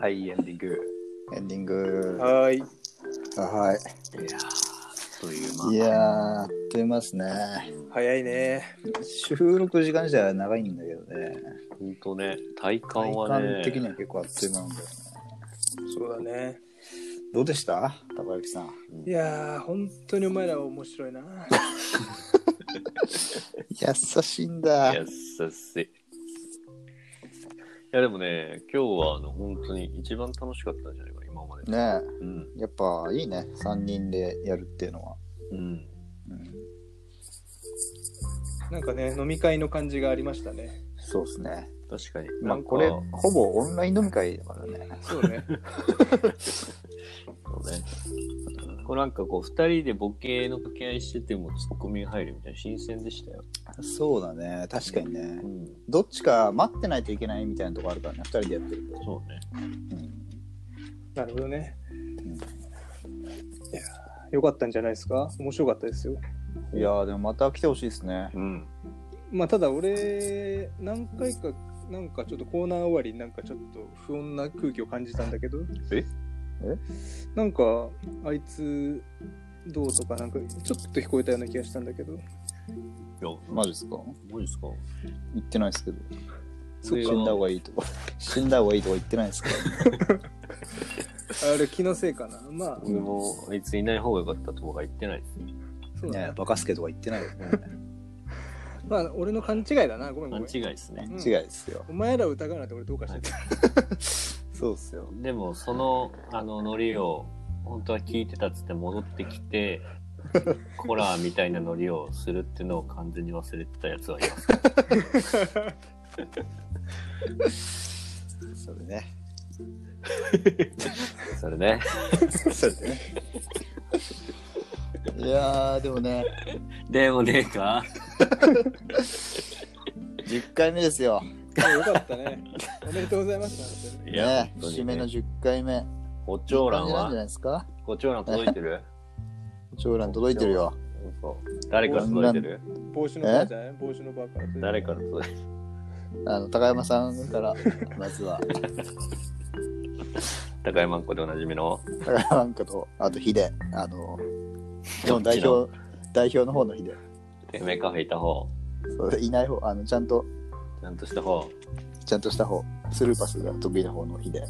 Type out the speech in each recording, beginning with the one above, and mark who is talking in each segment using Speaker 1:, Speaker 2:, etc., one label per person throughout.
Speaker 1: はい、エンディング。
Speaker 2: エンディング。
Speaker 3: はーい。
Speaker 2: は
Speaker 1: や
Speaker 2: い
Speaker 1: ー、という
Speaker 2: い。い
Speaker 1: 間。
Speaker 2: やー、あっという間ですね。
Speaker 3: 早いね。
Speaker 2: 収録時間自体は長いんだけどね。
Speaker 1: ほんとね、体感
Speaker 2: 体
Speaker 1: はね
Speaker 2: 感、的には結構あっという間なんだよね。
Speaker 3: そうだね。
Speaker 2: どうでした高之さん。
Speaker 3: いやー、本当にお前らは面白い な。
Speaker 2: 優しいんだ。
Speaker 1: 優しい。いや、でもね、今日はあの本当に一番楽しかったんじゃないかな、今まで。
Speaker 2: ね
Speaker 1: うん。
Speaker 2: え、やっぱいいね。3人でやるっていうのは。
Speaker 1: うん。
Speaker 2: うん、
Speaker 3: なんかね、飲み会の感じがありましたね。
Speaker 2: そうですね。
Speaker 1: 確かに。
Speaker 2: ま
Speaker 1: な
Speaker 2: あ
Speaker 1: んか、
Speaker 2: これ、ほぼオンライン飲み会だからね。
Speaker 3: そうね。
Speaker 1: そうね。こうなんかこう、二人でボケの掛け合いしててもツッコミが入るみたいな、新鮮でしたよ。
Speaker 2: そうだね。確かにね。
Speaker 1: ん。
Speaker 2: どっちか待ってないといけないみたいなとこあるからね。2人でやってると。
Speaker 1: そうね。
Speaker 2: うん
Speaker 3: なるほどね。いやー、よかったんじゃないですか面白かったですよ。
Speaker 2: いやーでもまた来てほしいですね。
Speaker 1: うん。
Speaker 3: まあただ俺何回かなんかちょっとコーナー終わりになんかちょっと不穏な空気を感じたんだけど
Speaker 1: え
Speaker 3: なんかあいつどうとかなんかちょっと聞こえたような気がしたんだけど
Speaker 1: いや、
Speaker 2: マジですか
Speaker 1: マジですか
Speaker 2: 言ってないですけど。
Speaker 1: そっか
Speaker 2: 死んだ方がいいとか、死んだ方がいいとか言ってないですけど。
Speaker 3: あれ気のせいかなまあ
Speaker 1: 俺も、あいついない方が良かったとか言ってないですね。
Speaker 3: そうだ
Speaker 2: ね
Speaker 3: ね
Speaker 2: バカスケとか言ってないよね。
Speaker 3: まあ俺の勘違いだなごめんご
Speaker 1: 勘
Speaker 3: めん
Speaker 1: 違いですね。
Speaker 3: うん
Speaker 2: 違いですよ。
Speaker 3: お前らを疑うなんて俺どうかしてた、
Speaker 2: そうっすよ。
Speaker 1: でも、その、あの、ノリを、本当は聞いてたっつって戻ってき て、コラーみたいなノリをするってのを完全に忘れてたやつはいます。
Speaker 2: それね。
Speaker 1: それね。
Speaker 2: それね。 いやーでもね、
Speaker 1: でもねえか
Speaker 2: 10回目ですよ。
Speaker 3: よかったねおめでとうございますなんてね
Speaker 1: い
Speaker 2: ね、
Speaker 1: 本当に
Speaker 2: 節目の10回目。
Speaker 1: 胡蝶蘭
Speaker 2: いい感じなんじゃな
Speaker 1: は、
Speaker 2: いですか
Speaker 1: 胡蝶蘭届いてる
Speaker 2: 長蘭届いてるよ。
Speaker 1: そう誰から届いてる
Speaker 3: 帽子のバーじゃない帽子のバーから
Speaker 1: 誰から届いてる
Speaker 2: あの、高山さんから、まずは、
Speaker 1: 高山んこでおなじみの
Speaker 2: 高山なんかと、あとヒデ、あの、日
Speaker 1: どっ
Speaker 2: 本
Speaker 1: ちの
Speaker 2: 代表、代表の方のヒデ。
Speaker 1: てめえカフェいた方、
Speaker 2: そういない方、あの、ちゃんと、
Speaker 1: ちゃんとした方。
Speaker 2: ちゃんとした方、スルーパスが得意な方の日で。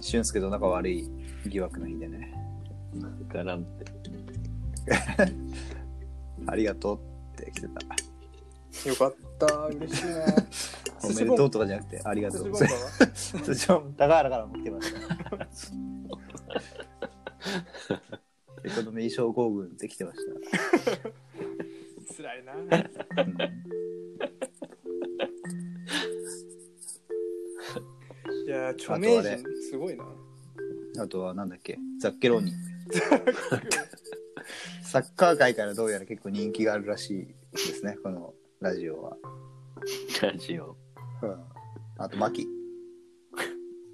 Speaker 2: 俊介と仲悪い疑惑の日でね。
Speaker 1: がなんて。
Speaker 2: ありがとうって来てた。
Speaker 3: よかった嬉しいな
Speaker 2: おめでとうとかじゃなくて、ありがとう。
Speaker 3: 寿司バーは
Speaker 2: そちらも高原からも来てました。エコノミー症候群で来てまし
Speaker 3: 辛いな
Speaker 2: た。うん
Speaker 3: いやー著
Speaker 2: あと
Speaker 3: 名
Speaker 2: あれ
Speaker 3: 人すごいな
Speaker 2: あとはなんだっけ、ザッケローニ。サッカー界からどうやら結構人気があるらしいですね、このラジオは。
Speaker 1: ラジオ。
Speaker 2: うん、あと、マキ。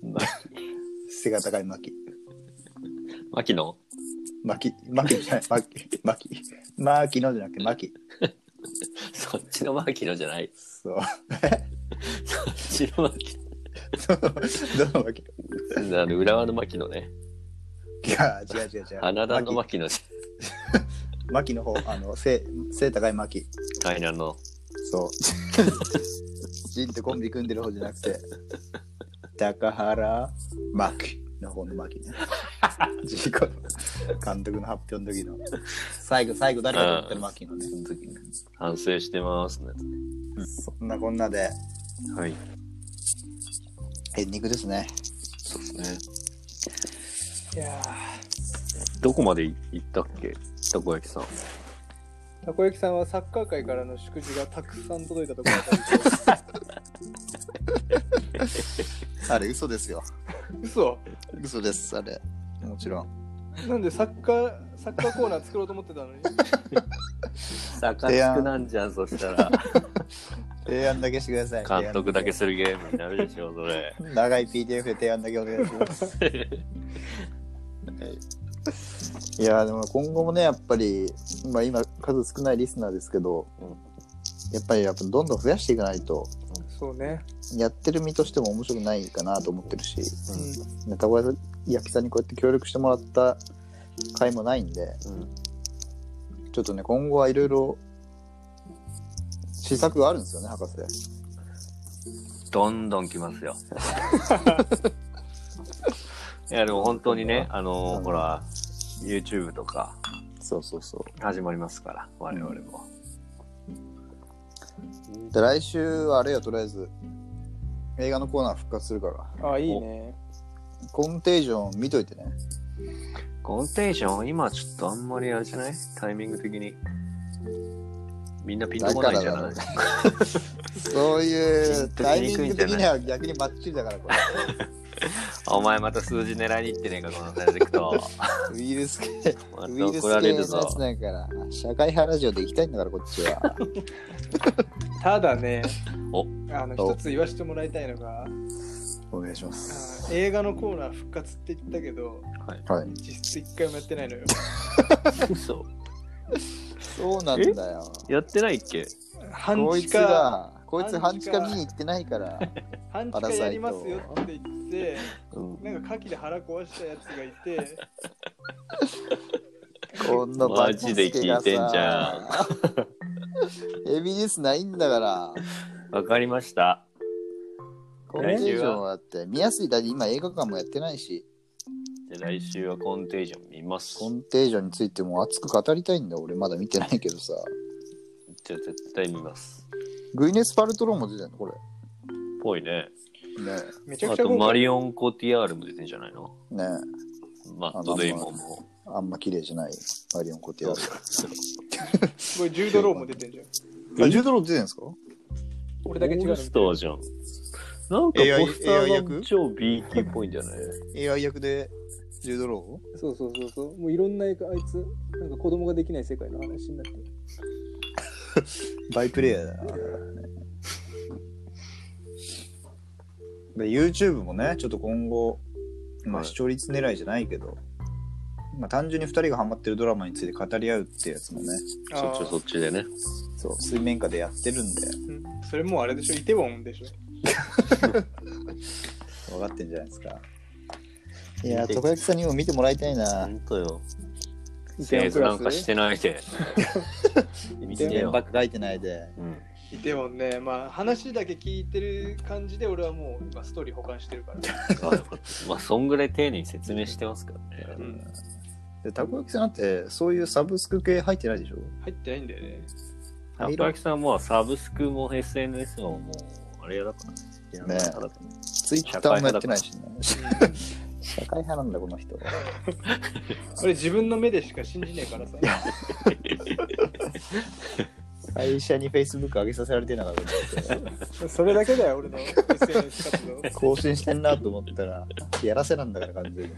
Speaker 1: ま
Speaker 2: 背が高いマキ。
Speaker 1: 牧野
Speaker 2: マキ、マキじゃない、マキ、マキ。マーキのじゃなくて、マキ。
Speaker 1: そっちの牧野じゃない。
Speaker 2: そう。
Speaker 1: そ っちの牧
Speaker 2: どのマキ
Speaker 1: 野。あの浦和の牧野ね。
Speaker 2: いや、違う違う違う。
Speaker 1: 花田の
Speaker 2: マ
Speaker 1: 牧
Speaker 2: キ。
Speaker 1: 野じ
Speaker 2: マキの方、あの、背、背高いマキ。
Speaker 1: ゃん。海南の。
Speaker 2: そう。 ジンとコンビ組んでる方じゃなくて、高原マキの方のマキね。ジーコの監督の発表の時の、最後、最後誰が取ったるマキのね。
Speaker 1: 反省してますね。
Speaker 2: そんなこんなで、
Speaker 1: はい。
Speaker 2: エンディングですね。
Speaker 1: そうですね。
Speaker 3: いや
Speaker 1: どこまで行ったっけたこ焼きさん。
Speaker 3: ーたこ焼きさんはサッカー界からの祝辞がたくさん届いたところだったんです
Speaker 2: あれ、嘘ですよ。
Speaker 3: けど嘘
Speaker 2: 嘘です、あれ。もちろん。
Speaker 3: なんでサッカーサッカーコーナー作ろうと思ってたのに
Speaker 1: 高津くなんじゃん、そしたら。
Speaker 2: 提案だけしてください。
Speaker 1: 監督だけ
Speaker 2: 提
Speaker 1: するゲームになるでしょ、それ。
Speaker 2: 案だけ。長い PDF で提案だけお願いし ます。いやー、でも今後もね、やっぱり、まあ今、数少ないリスナーですけど、
Speaker 1: うん
Speaker 2: やっぱりやっぱどんどん増やしていかないと、
Speaker 3: そうね。
Speaker 2: やってる身としても面白くないかなと思ってるし、
Speaker 3: う
Speaker 2: ネタ小焼きさんにこうやって協力してもらった回もないんで、
Speaker 1: うん
Speaker 2: ちょっとね、今後はいろいろ試作があるんですよね、博士。
Speaker 1: どんどん来ます よ。いや、でも本当にね、あの
Speaker 2: うん
Speaker 1: ほら、YouTube とか
Speaker 2: そうそうそう。
Speaker 1: 始まりますから、我々も。
Speaker 2: で、来週はあれよ、とりあえず、映画のコーナー復活するから、
Speaker 3: ん。あ、いいね。
Speaker 2: コンテージョン見といてね。
Speaker 1: コンテージョン、今ちょっとあんまりあれじゃないタイミング的に。みんなピンとこないんじゃない
Speaker 2: だかそういうタイミング的には逆にバッチリだから、こ
Speaker 1: お前また数字狙いに行ってねえか、このセレクト。
Speaker 2: れ。ウイルス系、
Speaker 1: ま
Speaker 2: ウイ
Speaker 1: た
Speaker 2: ルス系
Speaker 1: 怒
Speaker 2: の
Speaker 1: られ
Speaker 2: や
Speaker 1: る
Speaker 2: つ
Speaker 1: ぞ。
Speaker 2: だから、社会派ラジオで行きたいんだから、こっちは。
Speaker 3: ただね、
Speaker 1: お
Speaker 3: あの、
Speaker 2: お
Speaker 3: 一つ言わせてもらいたいのが、あ
Speaker 2: お願いします。
Speaker 3: ー映画のコーナー復活って言ったけど、
Speaker 2: はい。
Speaker 3: 実質一回もやってない のよ。
Speaker 1: 嘘
Speaker 2: そうなんだよ。
Speaker 1: やってないっけ
Speaker 3: 半
Speaker 2: こい
Speaker 3: 地
Speaker 2: つ
Speaker 3: 下、
Speaker 2: が、こいつ半地下見に行ってないから。
Speaker 3: 半地下やりますよって言って、
Speaker 1: うん。
Speaker 3: なんか牡蠣で腹壊したやつがいて、
Speaker 2: こんな
Speaker 1: マジで聞いてんじゃ ん
Speaker 2: ん。エビデンスないんだから。
Speaker 1: わかりました。
Speaker 2: コンテージョンはだって見やすい。だって今映画館もやってないし、
Speaker 1: じゃあ来週はコンテージョン見ます。
Speaker 2: コンテージョンについても熱く語りたいんだ。俺まだ見てないけどさ。
Speaker 1: じゃあ絶対見ます。
Speaker 2: グイネス・パルトローンも出てんのこれ。
Speaker 1: ぽいね。
Speaker 2: ね
Speaker 3: めちゃく
Speaker 1: あ
Speaker 3: ちゃ
Speaker 1: と
Speaker 3: 豪華
Speaker 1: マリオン・コティアールも出てんじゃないの
Speaker 2: え。ね
Speaker 1: マット・デイモンも。
Speaker 2: え。あんま綺麗じゃない。マリオン・コティア
Speaker 3: これ10ドローも出てんじゃん。
Speaker 2: ル。あ、ジュードロー出てんですか
Speaker 1: こ
Speaker 3: 俺だけ違う
Speaker 1: オー
Speaker 3: の
Speaker 1: ルスターじゃん。なんか
Speaker 2: AI
Speaker 1: ポスター
Speaker 2: 役
Speaker 1: が超 B 級っぽいんじゃない
Speaker 2: ?AI 役でジュードロ
Speaker 3: そうそうそうそう。もういろんなあいつ、なんか子供ができない世界の話になってる。
Speaker 2: ーバイプレイヤーだな。で YouTube もね、ちょっと今後、ま
Speaker 1: は
Speaker 2: あ、
Speaker 1: い
Speaker 2: 視聴率狙いじゃないけど、まあ、単純に2人がハマってるドラマについて語り合うってやつもね、
Speaker 1: そっちはそっちでね。
Speaker 2: そう、水面下でやってるんで、
Speaker 3: うんそれもうあれでしょ、イテウォンでしょ。
Speaker 2: 分かってんじゃないですか。い
Speaker 1: やー
Speaker 2: や
Speaker 1: た
Speaker 2: ー、と
Speaker 1: こ
Speaker 2: こ焼きさんにも見てもらいたい
Speaker 1: ほ
Speaker 2: な。
Speaker 1: んとよ。
Speaker 3: イテ
Speaker 1: セ
Speaker 3: ウォン
Speaker 1: ン
Speaker 3: ク
Speaker 1: ス
Speaker 3: ラ
Speaker 1: な
Speaker 3: ス
Speaker 1: ん
Speaker 3: ね
Speaker 1: かしてない で。見て
Speaker 2: 全
Speaker 1: よ
Speaker 2: ば。っか書いてないで。
Speaker 1: うん
Speaker 3: イテウォンね、まあ話だけ聞いてる感じで俺はもう今ストーリー保管してるから。
Speaker 1: あよかったまあ、そんぐらい丁寧に説明してますからね。
Speaker 3: うん
Speaker 2: で、たこ焼きさんって、そういうサブスク系入ってないでしょ
Speaker 3: 入ってないんだよね。
Speaker 1: たこ焼きさんもサブスクも SNS ももう、あれやだからね。やだからね
Speaker 2: ツイッターもやってないしね。社会派なんだ、この人。
Speaker 3: 俺自分の目でしか信じねえからさ。
Speaker 2: 会社に Facebook 上げさせられてなかったんで
Speaker 3: それだけだよ、俺 の SNS 活 動。
Speaker 2: 更新してんなと思ったら、やらせなんだから、完全に。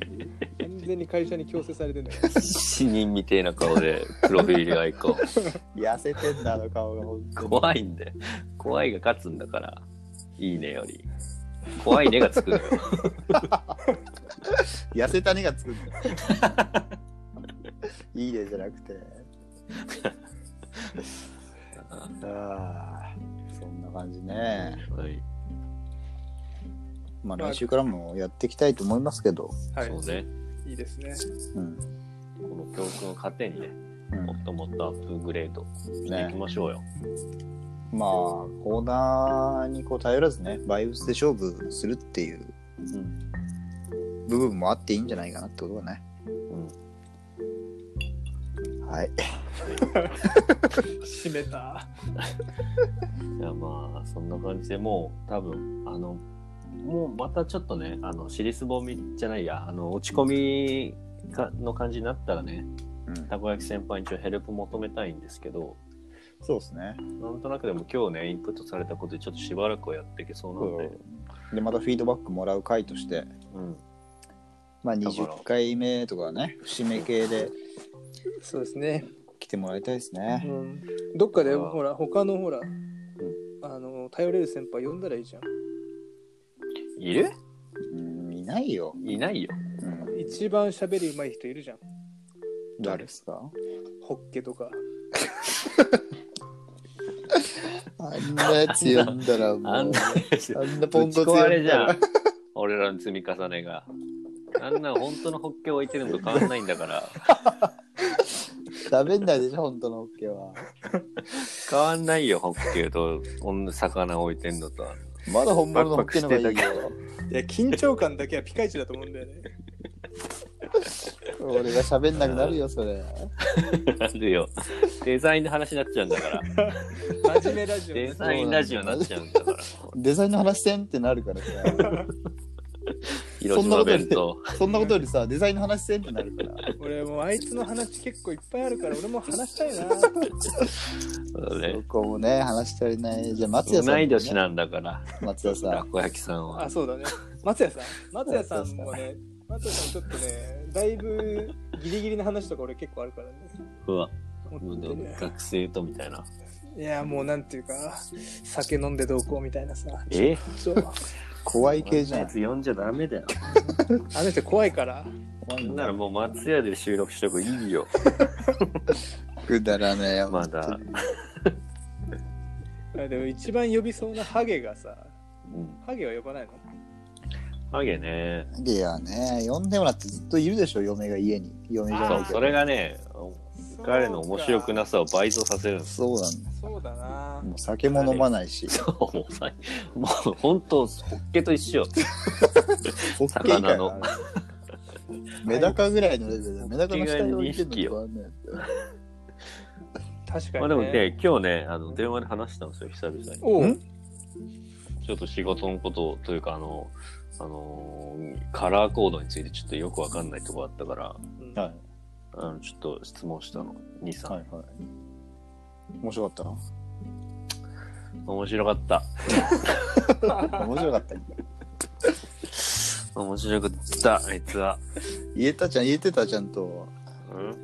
Speaker 3: 完全に会社に強制されてんだよ。
Speaker 1: 死人みてえな顔で、プロフィールアイコン。
Speaker 2: 痩せてんだ、あの顔が、本当に。
Speaker 1: 怖いんで怖いが勝つんだからいいねより怖いねがつくのよ
Speaker 2: 痩せたねがつくんだ。いいねじゃなく て。ああ、そんな感じね。
Speaker 1: はい、
Speaker 2: まあ来週からもやっていきたいと思いますけど。
Speaker 3: は
Speaker 1: そうね
Speaker 3: い。いいですね。
Speaker 2: うん。
Speaker 1: この教訓を糧にね
Speaker 2: うん
Speaker 1: もっともっとアップグレードしていきましょうよ、
Speaker 2: まあ、コーナーにこう頼らずね、バイブスで勝負するっていう
Speaker 1: うん
Speaker 2: 部分もあっていいんじゃないかなってことだね。
Speaker 1: うん、
Speaker 2: はい。
Speaker 3: 締めた。
Speaker 1: いやまあそんな感じでもう多分あのもうまたちょっとねあの尻すぼみじゃないやあの落ち込みかの感じになったらね
Speaker 2: うん、
Speaker 1: たこ焼き先輩にちょっとヘルプ求めたいんですけど
Speaker 2: そうですね。
Speaker 1: なんとなくでも今日ねインプットされたことでちょっとしばらくはやっていけそうなんで、
Speaker 2: で、またフィードバックもらう回として、
Speaker 1: うん、
Speaker 2: まあ
Speaker 1: から
Speaker 2: 20回目とかね、節目系で
Speaker 3: そうですね。
Speaker 2: 来てもらいたいです
Speaker 3: う
Speaker 2: ね。
Speaker 3: ん、どっかで
Speaker 1: あー
Speaker 3: ほら、他のほら、あの、頼れる先輩呼んだらいいじゃん。
Speaker 1: いる
Speaker 2: うん、いないよ。
Speaker 1: いないよ
Speaker 2: うん、
Speaker 3: 一番喋り上手い人いるじゃん。
Speaker 2: 誰ですか
Speaker 3: ホッケとか。
Speaker 2: あんなやつ読んだらもう、
Speaker 1: あ
Speaker 2: あ
Speaker 1: ん
Speaker 2: ん
Speaker 1: な
Speaker 2: なポ
Speaker 1: ぶ
Speaker 2: ン
Speaker 1: ち
Speaker 2: コツ
Speaker 1: 壊
Speaker 2: 読
Speaker 1: れ
Speaker 2: ん
Speaker 1: じゃ
Speaker 2: だ
Speaker 1: ん。俺らの積み重ねが。あんな本当のホッケ置いてるのと変わんないんだから。
Speaker 2: ら、べんないでしょ、本当のオッケーは。
Speaker 1: 変わんないよ、ホッケと、こんな魚置いてんのとは。
Speaker 2: まだ本物のオッケーの方がいい
Speaker 1: パク
Speaker 2: よ。
Speaker 3: いや、緊張感だけはピカイチだと思うんだよね。
Speaker 2: 俺が喋んなくなるよ、それ。
Speaker 1: なんでよ。デザインの話になっちゃうんだから。
Speaker 3: 真面目ラジオ
Speaker 1: デ
Speaker 3: ね。
Speaker 1: ザインラジオになっちゃうんだから。
Speaker 2: デザインの話せんってなるか らさ。
Speaker 1: 広島弁当。
Speaker 2: そんなことよりさ、デザインの話せんってなるから。
Speaker 3: 俺もうあいつの話結構いっぱいあるから、俺も話したいな。
Speaker 1: そうだ
Speaker 2: そ
Speaker 1: ね
Speaker 2: こもね、話し足りない。じゃあ、松
Speaker 1: 同
Speaker 2: 屋さん、
Speaker 1: い年。なんだから、
Speaker 2: 松屋さ
Speaker 1: た
Speaker 2: ん。
Speaker 1: こ焼きさんは
Speaker 3: あ、。そうだね。松 屋さん。松屋さんもね、松屋さんちょっとね、だいぶギリギリの話とか俺結構あるからね。
Speaker 1: うわ、
Speaker 3: 持ってる
Speaker 1: 学生とみたいな。
Speaker 3: いや、もうなんていうか、酒飲んでどうこうみたいなさ。
Speaker 1: え
Speaker 3: そう
Speaker 2: 怖い系じゃ
Speaker 1: や
Speaker 2: ん
Speaker 1: つ。読んじゃダメだよ。
Speaker 3: あの人怖いから。
Speaker 2: 怖い
Speaker 1: なん
Speaker 2: ん
Speaker 1: な
Speaker 2: だ
Speaker 1: らもう松屋で収録しとくいいよ。
Speaker 2: くだらねえよ。
Speaker 1: まだ。
Speaker 3: あでも一番呼びそうなハゲがさ、
Speaker 1: うん。
Speaker 3: ハゲは呼ばないの
Speaker 1: ハゲね。
Speaker 2: いやね、呼んでもらってずっといるでしょ、嫁が家に。嫁じゃな
Speaker 1: そ、
Speaker 2: いうけ
Speaker 1: そ
Speaker 2: ど。
Speaker 1: れがね、彼の面白くな
Speaker 3: そ
Speaker 1: さを倍増させるんです。
Speaker 2: そうなんだ。
Speaker 3: うかそうだな。
Speaker 2: もう酒も飲まないし。
Speaker 1: もうさもう本当、ホッケと一緒。
Speaker 2: ホッケ以外
Speaker 1: 魚
Speaker 2: は メダカぐらいのレベルだ。メダカの下に置いてるのとあんなやつ
Speaker 3: 確かに、ね。
Speaker 1: まあでもね、今日ね、あの電話で話したんですよ、久々に。
Speaker 3: おう、
Speaker 2: ん
Speaker 1: ちょっと仕事のことというか、あの、あのカラーコードについてちょっとよくわかんないとこあったから、
Speaker 3: うん
Speaker 2: はい
Speaker 1: あのちょっと質問したの、兄さん。
Speaker 2: はいはい。面白かっ
Speaker 1: 面白かった。
Speaker 2: た面白かった。
Speaker 1: 面白かった、あいつは。
Speaker 2: 言えたじゃん、言えてたちゃんと。
Speaker 1: うん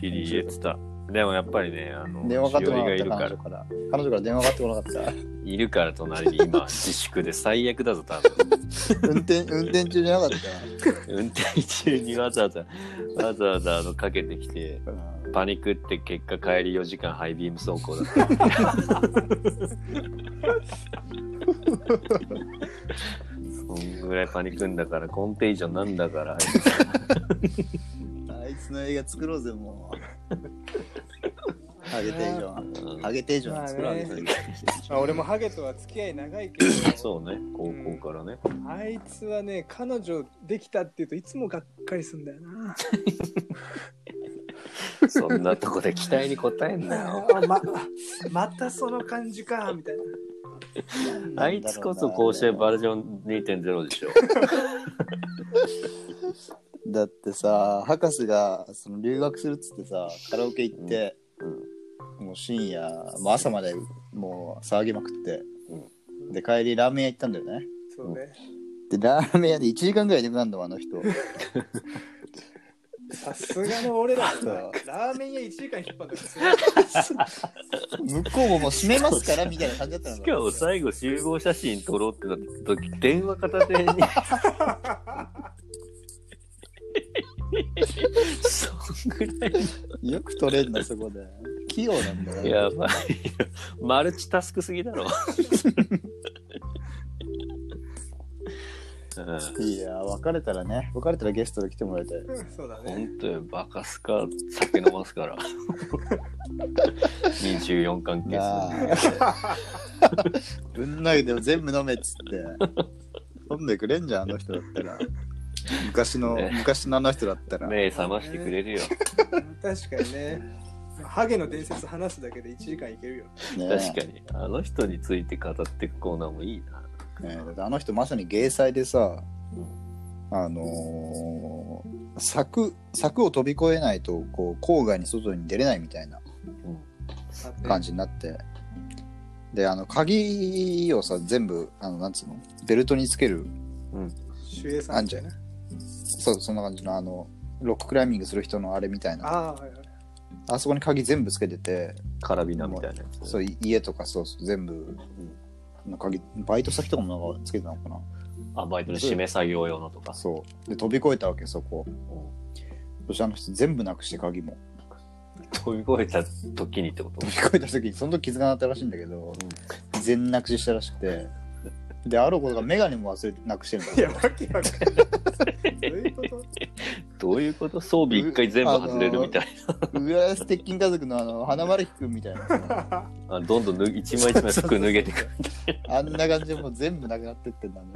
Speaker 1: キリ言えてた。でもやっぱりね、あの、
Speaker 2: 電話かかって
Speaker 1: しお
Speaker 2: こ
Speaker 1: り
Speaker 2: な
Speaker 1: がいる
Speaker 2: か
Speaker 1: から
Speaker 2: った、彼女、から。彼女から電話かかってこなかっ
Speaker 1: いるから隣に 今、自粛で最悪だぞ、多分。
Speaker 2: た。運転、運転中じゃなかっ
Speaker 1: 運転中にわざわざ、わざわざあのかけてきて、
Speaker 2: た。うん
Speaker 1: パニックって結果帰り4時間ハイビーム走行だった。そんぐらいパニックんだから、コンペイジョンなんだから、
Speaker 2: あいつの映画作ろうぜ、もう。ハゲテージョン。
Speaker 1: うん
Speaker 2: ハゲテージョン作ろうぜ
Speaker 3: まあ。まあ、俺もハゲとは付き合い長いけど、
Speaker 1: そうね、高校からね。
Speaker 3: あいつはね、彼女できたっていうといつもがっかりすんだよな。
Speaker 1: そんなとこで期待に応えんなよ。
Speaker 3: あままたその感じか、みたいな。
Speaker 1: あいつこそこうしてバージョン2.0でしょ。
Speaker 2: だってさ博士がその留学するっつってさカラオケ行って、もう深夜もう朝までもう騒ぎまくって、で帰りラーメン屋行ったんだよね
Speaker 3: そうね。
Speaker 2: でラーメン屋で1時間ぐらいいなくなるのあの 人
Speaker 3: さすがの俺ら
Speaker 2: そう
Speaker 3: さ、ラーメン屋1時間引っ張るんですよ。
Speaker 2: 向こうももう閉めますからみたいな感じだったの
Speaker 1: しかも最後集合写真撮ろうってなった時、電話片手に。 そんぐらい
Speaker 2: よく取れんなそこで器用なんだよ
Speaker 1: やばいよマルチタスクすぎだろ。 うん
Speaker 2: いや別れたらね別れたらゲストで来てもらいたい
Speaker 3: そうだね。
Speaker 1: 本当よバカすか酒飲ますから24関係
Speaker 2: なあ
Speaker 1: 数
Speaker 2: ぶん投げても全部飲めっつって飲んでくれんじゃんあの人だったら昔の、
Speaker 1: ね
Speaker 2: 昔のあの人だった ら、
Speaker 1: 目覚ましてくれるよ
Speaker 3: 確かにね。ハゲの伝説話すだけで1時間いけるよ。
Speaker 2: ね
Speaker 1: 確かにあの人について語っていくコーナーもいいな
Speaker 2: ねだってあの人まさに芸祭でさあのー柵柵を飛び越えないとこう郊外に外に出れないみたいな感じになってであの鍵をさ全部あのなんつうのベルトにつける
Speaker 3: 主演さんみたいな。
Speaker 2: そうそんな感じのあのロッククライミングする人のあれみたいな
Speaker 3: ああー、はいはい。
Speaker 2: あそこに鍵全部つけてて、
Speaker 1: カラビナみたいなやつ
Speaker 2: そうい家とかそうそう全部、の鍵、バイト先とかもなんかつけてたのかな。
Speaker 1: あバイトの締め作業用のとか
Speaker 2: そう。で、飛び越えたわけ、そこ。そしてあの人全部なくして、鍵も。
Speaker 1: 飛び越えた時にってこと
Speaker 2: 飛び越えた時にその時気づかなかったらしいんだけど、全なくししたらしくてであろうことが眼鏡も忘れてなくしてるんだ
Speaker 3: いや、わけわかんない。どういうこと
Speaker 1: どういうこと装備一回全部外れるみたい
Speaker 2: 浦安鉄筋家族のあの花丸くんみたいな
Speaker 1: な。あどんどん脱ぎ一枚一枚服脱げ てくる。
Speaker 2: あんな感じでもう全部なくなってってんだね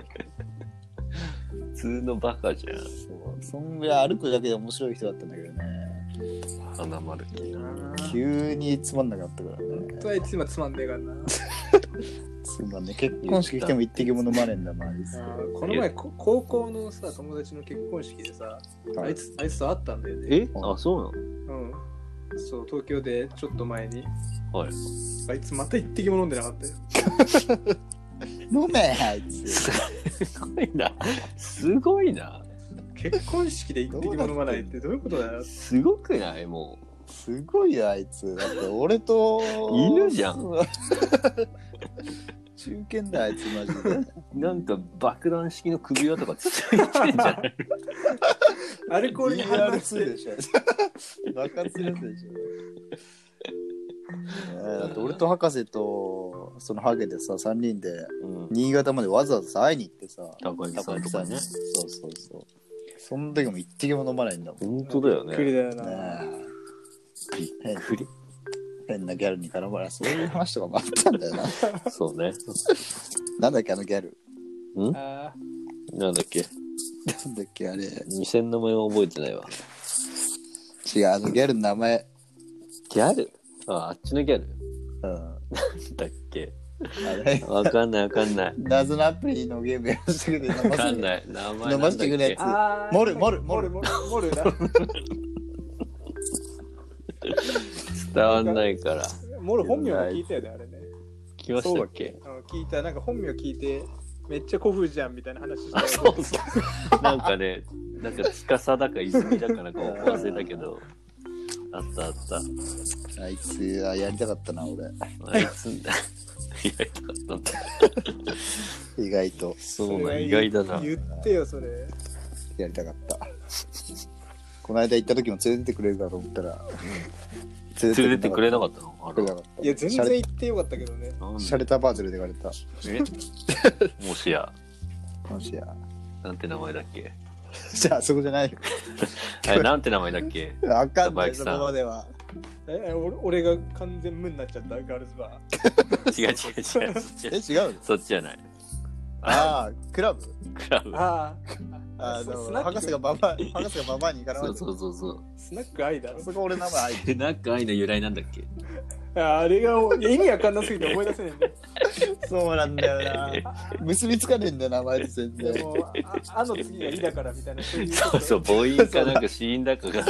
Speaker 1: 普通のバカじゃ
Speaker 2: そうそんぐらい歩くだけで面白い人だったんだけどね
Speaker 1: ん。花丸くん
Speaker 2: 急につまんなくなったからね
Speaker 3: 本当は今つまんねえからな。
Speaker 2: つまんね結婚式来ても一滴も飲まねえんだマジ
Speaker 3: あ
Speaker 2: で
Speaker 3: ーこの前こ高校のさ友達の結婚式でさあいつあいつと会ったんだよね
Speaker 1: えあ、そう
Speaker 3: うんそう東京でちょっと前に
Speaker 1: なのはい。
Speaker 3: あいつまた一滴も飲んでなかったよ
Speaker 2: 飲めあいつ
Speaker 1: すごいな。すごいな。
Speaker 3: 結婚式で一滴も飲まないってどういうことだよ
Speaker 1: すごくないも
Speaker 2: すごいよあいつだって俺と
Speaker 1: 犬じゃん
Speaker 2: 中堅だあいつマジで
Speaker 1: う。なんか爆弾式の首輪とかついてんじゃない
Speaker 3: アルコールに反応し
Speaker 2: BR2
Speaker 3: て
Speaker 2: でしょ。爆発するやつでしょ。ねえだって俺と博士とそのハゲでさ3人で
Speaker 1: うん。
Speaker 2: 新潟までわざわざ会いに行ってさ
Speaker 1: 高木さんとかね。
Speaker 2: そうそうそうその時も一滴も飲まないんだもん
Speaker 1: 本当だよ
Speaker 3: びっくり
Speaker 1: ね。
Speaker 3: だよな、
Speaker 2: ね
Speaker 1: びっ
Speaker 2: え
Speaker 1: くり。
Speaker 2: 変なギャルに絡まれそういう話とかもあったんだよな
Speaker 1: そうね。
Speaker 2: なんだっけあのギャル
Speaker 3: あ
Speaker 1: なんだっけ。
Speaker 2: なんだっけあれ
Speaker 1: 店の名前は覚えてないわ。
Speaker 2: 違うあのギャルの名前
Speaker 1: ギャルあ、あっちのギャル
Speaker 2: うんあ
Speaker 1: だっけ
Speaker 2: れ
Speaker 1: わかんないわかんない。
Speaker 2: 謎のアプリのゲームやらせてくれ
Speaker 1: わかん
Speaker 2: い
Speaker 1: ない。名前なんだっけ
Speaker 2: 飲ませてくれ
Speaker 3: ーあー
Speaker 2: モルモルモル
Speaker 3: モルモルだ
Speaker 1: 伝わんないから。
Speaker 3: モル本名は聞いたよねあれね
Speaker 1: 来ましたっけ
Speaker 3: あの聞いたなんか本名聞いてめっちゃ古風じゃんみたいな話して
Speaker 1: あ、そうそう。なんかね、なんか司だか泉だかなんか忘れたけど。あったあった。
Speaker 2: あいつはやりたかったな俺
Speaker 1: あいつ、 意外とかったんだ。
Speaker 2: 意外と
Speaker 1: そうなん、意外だな。
Speaker 3: 言ってよそれ
Speaker 2: やりたかった。 この間行った時も連れてってくれるかと思ったら、連
Speaker 1: 連れてくれ
Speaker 2: な
Speaker 1: なかったのあ
Speaker 2: か
Speaker 1: ら。
Speaker 2: った。
Speaker 3: いや全
Speaker 2: シャ
Speaker 3: 然
Speaker 2: レ
Speaker 3: 言ってよかったけどね
Speaker 1: なん
Speaker 2: シャレたバー連れてかれた。
Speaker 1: でえもしや、
Speaker 2: もしや。
Speaker 1: なんて名前だっけ
Speaker 2: じゃあそこじゃない。
Speaker 1: あれなんて名前だっけ
Speaker 2: わかん
Speaker 1: バ
Speaker 2: な
Speaker 1: イ
Speaker 2: い、
Speaker 1: ク
Speaker 2: そ
Speaker 1: さん
Speaker 2: こまでは。
Speaker 3: え俺俺が完全無になっちゃったガールズバ
Speaker 1: 違う違う違う。そっちじゃ
Speaker 2: え、違うの
Speaker 1: そっちじゃない。
Speaker 2: ああ、クラブ
Speaker 1: クラブ
Speaker 3: ー。あ
Speaker 2: ああ、
Speaker 3: そう
Speaker 2: でも
Speaker 3: スナック
Speaker 2: 博士がババア、博士がババアに行かなか
Speaker 1: そ
Speaker 2: っ
Speaker 1: うそうそうそう。
Speaker 3: あスナック愛だ
Speaker 2: た。そこ俺名 前あい
Speaker 1: で、なんか愛の由来なんだっ け
Speaker 3: あれがいや意味わかんなすぎて思い出せないんだよ
Speaker 2: そうなんだよな。結びつかねえんだよ、名前と全
Speaker 3: で
Speaker 2: 然。
Speaker 3: もああの次が「い」だからみたいなそういう
Speaker 1: そうそう、母音かなんか死因だかが。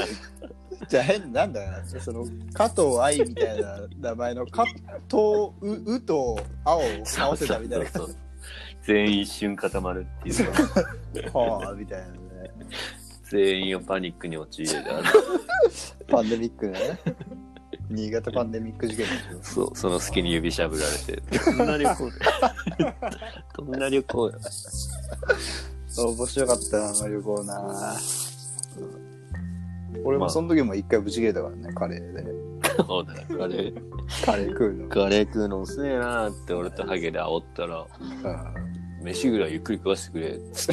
Speaker 2: じゃあ変なんだよな。その、加藤愛みたいな名前の、加藤、う、うと青を合わせたみたいな。
Speaker 1: そうそう全員一瞬固まるっていうか
Speaker 2: はあ、みたいなね。
Speaker 1: 全員をパニックに陥れるあの
Speaker 2: パンデミックね。新潟パンデミック事件でしょ。
Speaker 1: そうその隙に指しゃぶられてどんな旅行どんな旅行よ
Speaker 2: そう面白かったな、あの旅行な。俺もその時も一回ブチ切れたからね、カレーで。
Speaker 1: そうだよカレー
Speaker 2: カレー食うの。
Speaker 1: カレー食うの遅えなーって俺とハゲで煽ったら飯ぐらいゆっくり食わせてくれっつ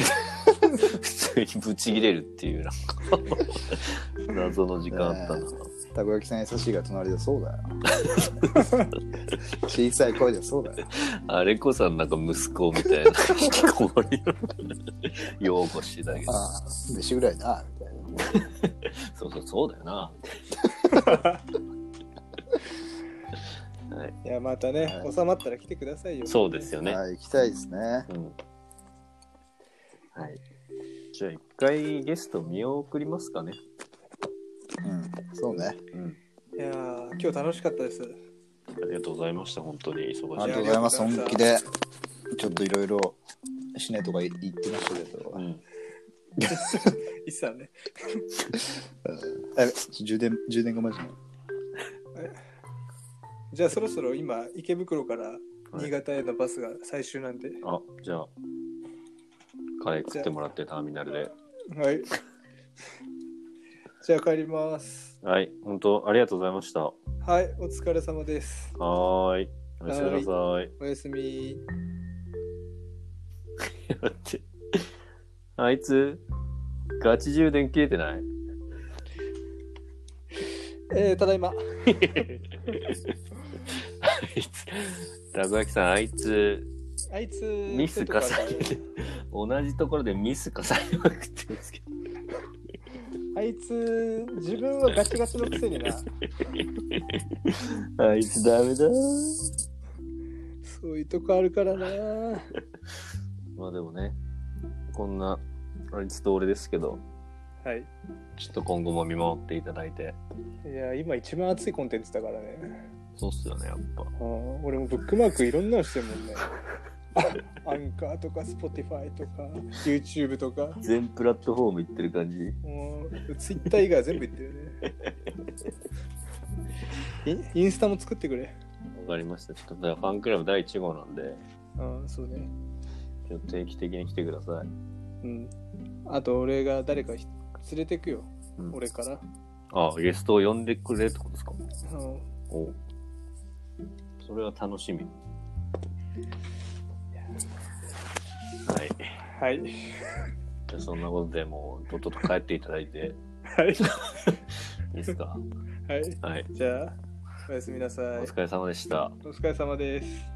Speaker 1: って普通にブチ切れるっていうなんか謎の時間あったな、
Speaker 2: たこ焼きさん優しいが隣でそうだ よ。小さい声でそうだよ。
Speaker 1: あれこそなんか息子みたいな 引きこもりの 擁護してたけど
Speaker 2: ああ、飯ぐらいな、みたいな。
Speaker 1: そうそうそうだよな
Speaker 3: いやまたね
Speaker 2: はい
Speaker 3: 収まったら来てくださいよ
Speaker 1: そうですよね、
Speaker 2: はい、行きたいですね。
Speaker 1: うんはいじゃあ一回ゲスト見送りますかね
Speaker 2: うん、そうね。
Speaker 1: うん
Speaker 3: いやー今日楽しかったです
Speaker 1: ありがとうございました本当に忙しい
Speaker 2: ありがとうございます、本気で。ちょっといろいろしないとか言ってましたけど。
Speaker 1: うん、
Speaker 3: いっさんね
Speaker 2: え、充電、充電がマジなの
Speaker 3: じゃあそろそろ今池袋から新潟へのバスが最終なんで
Speaker 1: あじゃあカレー食ってもらってターミナルで
Speaker 3: はいじゃあ帰ります
Speaker 1: はい、本当ありがとうございました。は
Speaker 3: はい、お疲れ様です。
Speaker 1: ーい。おやすみなさい。
Speaker 3: おやすみ。
Speaker 1: だって、あいつ、ガチ充電切れてない
Speaker 3: えー、ただいま。
Speaker 1: あいつ、ラブアキさん、あいつ、
Speaker 3: あいつ、
Speaker 1: ミス重ね て、同じところでミス重ねまくってるんですけど。
Speaker 3: あいつ、自分はガチガチのくせ にな、
Speaker 1: あいつダメだ。
Speaker 3: そういうとこあるからな。
Speaker 1: まあでもね、こんな、あいつと俺ですけど、
Speaker 3: はい。
Speaker 1: ちょっと今後も見守っていただいて。
Speaker 3: いや、今一番熱いコンテンツだからね。
Speaker 1: そうっすよね、やっぱ。
Speaker 3: うん俺もブックマークいろんなのしてるもんね。 アンカーとか Spotify とか YouTube とか。
Speaker 1: 全プラットフォームいってる感じ。
Speaker 3: もう Twitter 以外は全部言ってるね。インインスタも作ってくれ。
Speaker 1: わかりました。ちょっとだからファンクラブ第1号なんで、
Speaker 3: うん、そうね。
Speaker 1: ちょっと定期的に来てください。
Speaker 3: うん。あと俺が誰かひ連れてくよ。
Speaker 1: うん
Speaker 3: 俺から。
Speaker 1: あゲストを呼んでくれってことですか
Speaker 3: うん。
Speaker 1: おうそれは楽しみ。はい。
Speaker 3: はい。
Speaker 1: じゃあそんなことでもう、とっとと帰っていただいて、
Speaker 3: はい。
Speaker 1: いいですか
Speaker 3: はい。
Speaker 1: はい。
Speaker 3: じゃあ、おやすみなさ
Speaker 1: お
Speaker 3: い。
Speaker 1: 疲れ様でした。
Speaker 3: お疲れ様です。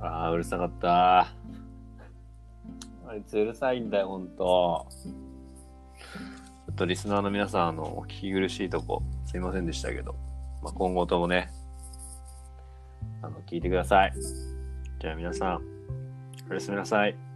Speaker 1: ああ、うるさかった。あいつうるさいんだよ、ほんと。ちょっとリスナーの皆さん、あの、お聞き苦しいとこ、すいませんでしたけど、まあ、今後ともね、あの、聞いてください。じゃあ皆さん、おやすみなさい。